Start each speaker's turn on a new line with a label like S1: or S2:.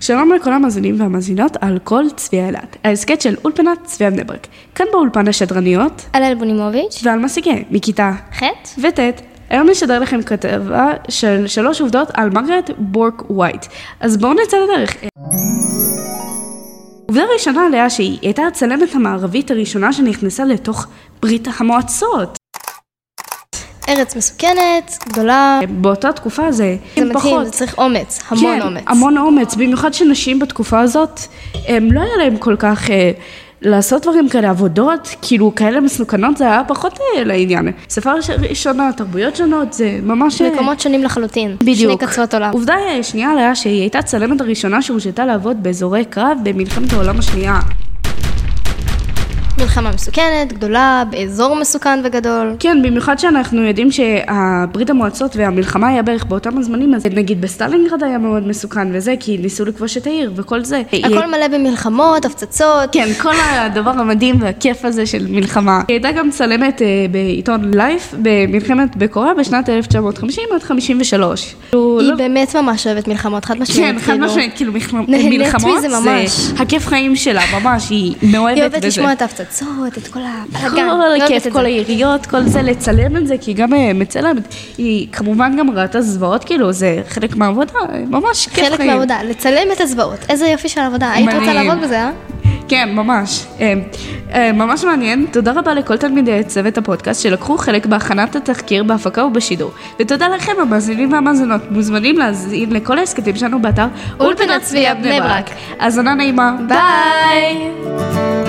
S1: שלום לכל המאזינים והמאזינות על כל צביע אילת, ההסכת של אולפנת צביע בני ברק. כאן באולפן השדרניות
S2: הלל בונימוביץ',
S1: ועל מסיגי, מכיתה
S2: ח',
S1: וט'. היום נשדר לכם כתבה של שלוש עובדות על מרגרט בורק ווייט. אז בואו נצא לדרך. עובדה ראשונה עליה שהיא הייתה הצלמת המערבית הראשונה שנכנסה לתוך ברית המועצות.
S2: ארץ מסוכנת, גדולה,
S1: באותה תקופה זה,
S2: זה
S1: הם
S2: מדהים,
S1: פחות.
S2: זה צריך אומץ, המון
S1: כן,
S2: אומץ.
S1: המון אומץ, במיוחד שנשים בתקופה הזאת, הם לא היה להם כל כך אה, לעשות דברים כאלה, עבודות, כאילו כאלה מסוכנות, זה היה פחות אה, לעניין. שפה ש- ראשונה, תרבויות שונות, זה ממש... אה,
S2: מקומות שונים לחלוטין,
S1: בדיוק.
S2: שני קצוות עולם.
S1: עובדה אה, שנייה עליה שהיא הייתה הצלמת הראשונה שהורשתה לעבוד באזורי קרב במלחמת העולם השנייה.
S2: מלחמה מסוכנת, גדולה, באזור מסוכן וגדול.
S1: כן, במיוחד שאנחנו יודעים שהברית המועצות והמלחמה היה בערך באותם הזמנים, אז נגיד בסטלינגרד היה מאוד מסוכן וזה, כי ניסו לכבוש את העיר וכל זה.
S2: הכל מלא במלחמות, הפצצות.
S1: כן, כל הדבר המדהים והכיף הזה של מלחמה. היא הייתה גם צלמת אה, בעיתון לייף במלחמת בקוריאה בשנת 1950 עד 53. כאילו,
S2: היא
S1: לא-
S2: באמת ממש אוהבת מלחמות, חד משמעית.
S1: כן, חד
S2: כן, כאילו.
S1: משמעית, כאילו מלחמ-
S2: נהנית
S1: מלחמות
S2: מזה
S1: זה
S2: ממש.
S1: הכיף חיים שלה, ממש, היא מאוהבת
S2: היא
S1: בזה.
S2: אוהבת לשמוע את ההפצצות, את כל הבלאגן. היא
S1: כל
S2: אוהבת
S1: הכיף,
S2: את
S1: כל
S2: זה.
S1: היריות, כל זה, לצלם את זה, כי היא גם אה, מצלמת. היא כמובן גם ראתה זוועות, כאילו, זה חלק מהעבודה, ממש כיף חיים.
S2: חלק מהעבודה, לצלם את הזוועות. איזה יופי של עבודה. היית רוצה
S1: מדהים.
S2: לעבוד בזה, אה?
S1: כן, ממש. אה, אה, ממש מעניין. תודה רבה לכל תלמידי צוות הפודקאסט שלקחו חלק בהכנת התחקיר, בהפקה ובשידור. ותודה לכם, המאזינים והמאזינות, מוזמנים להאזין לכל ההסכתים שלנו באתר
S2: אולפנת צביה בני ברק.
S1: האזנה נעימה.
S2: ביי!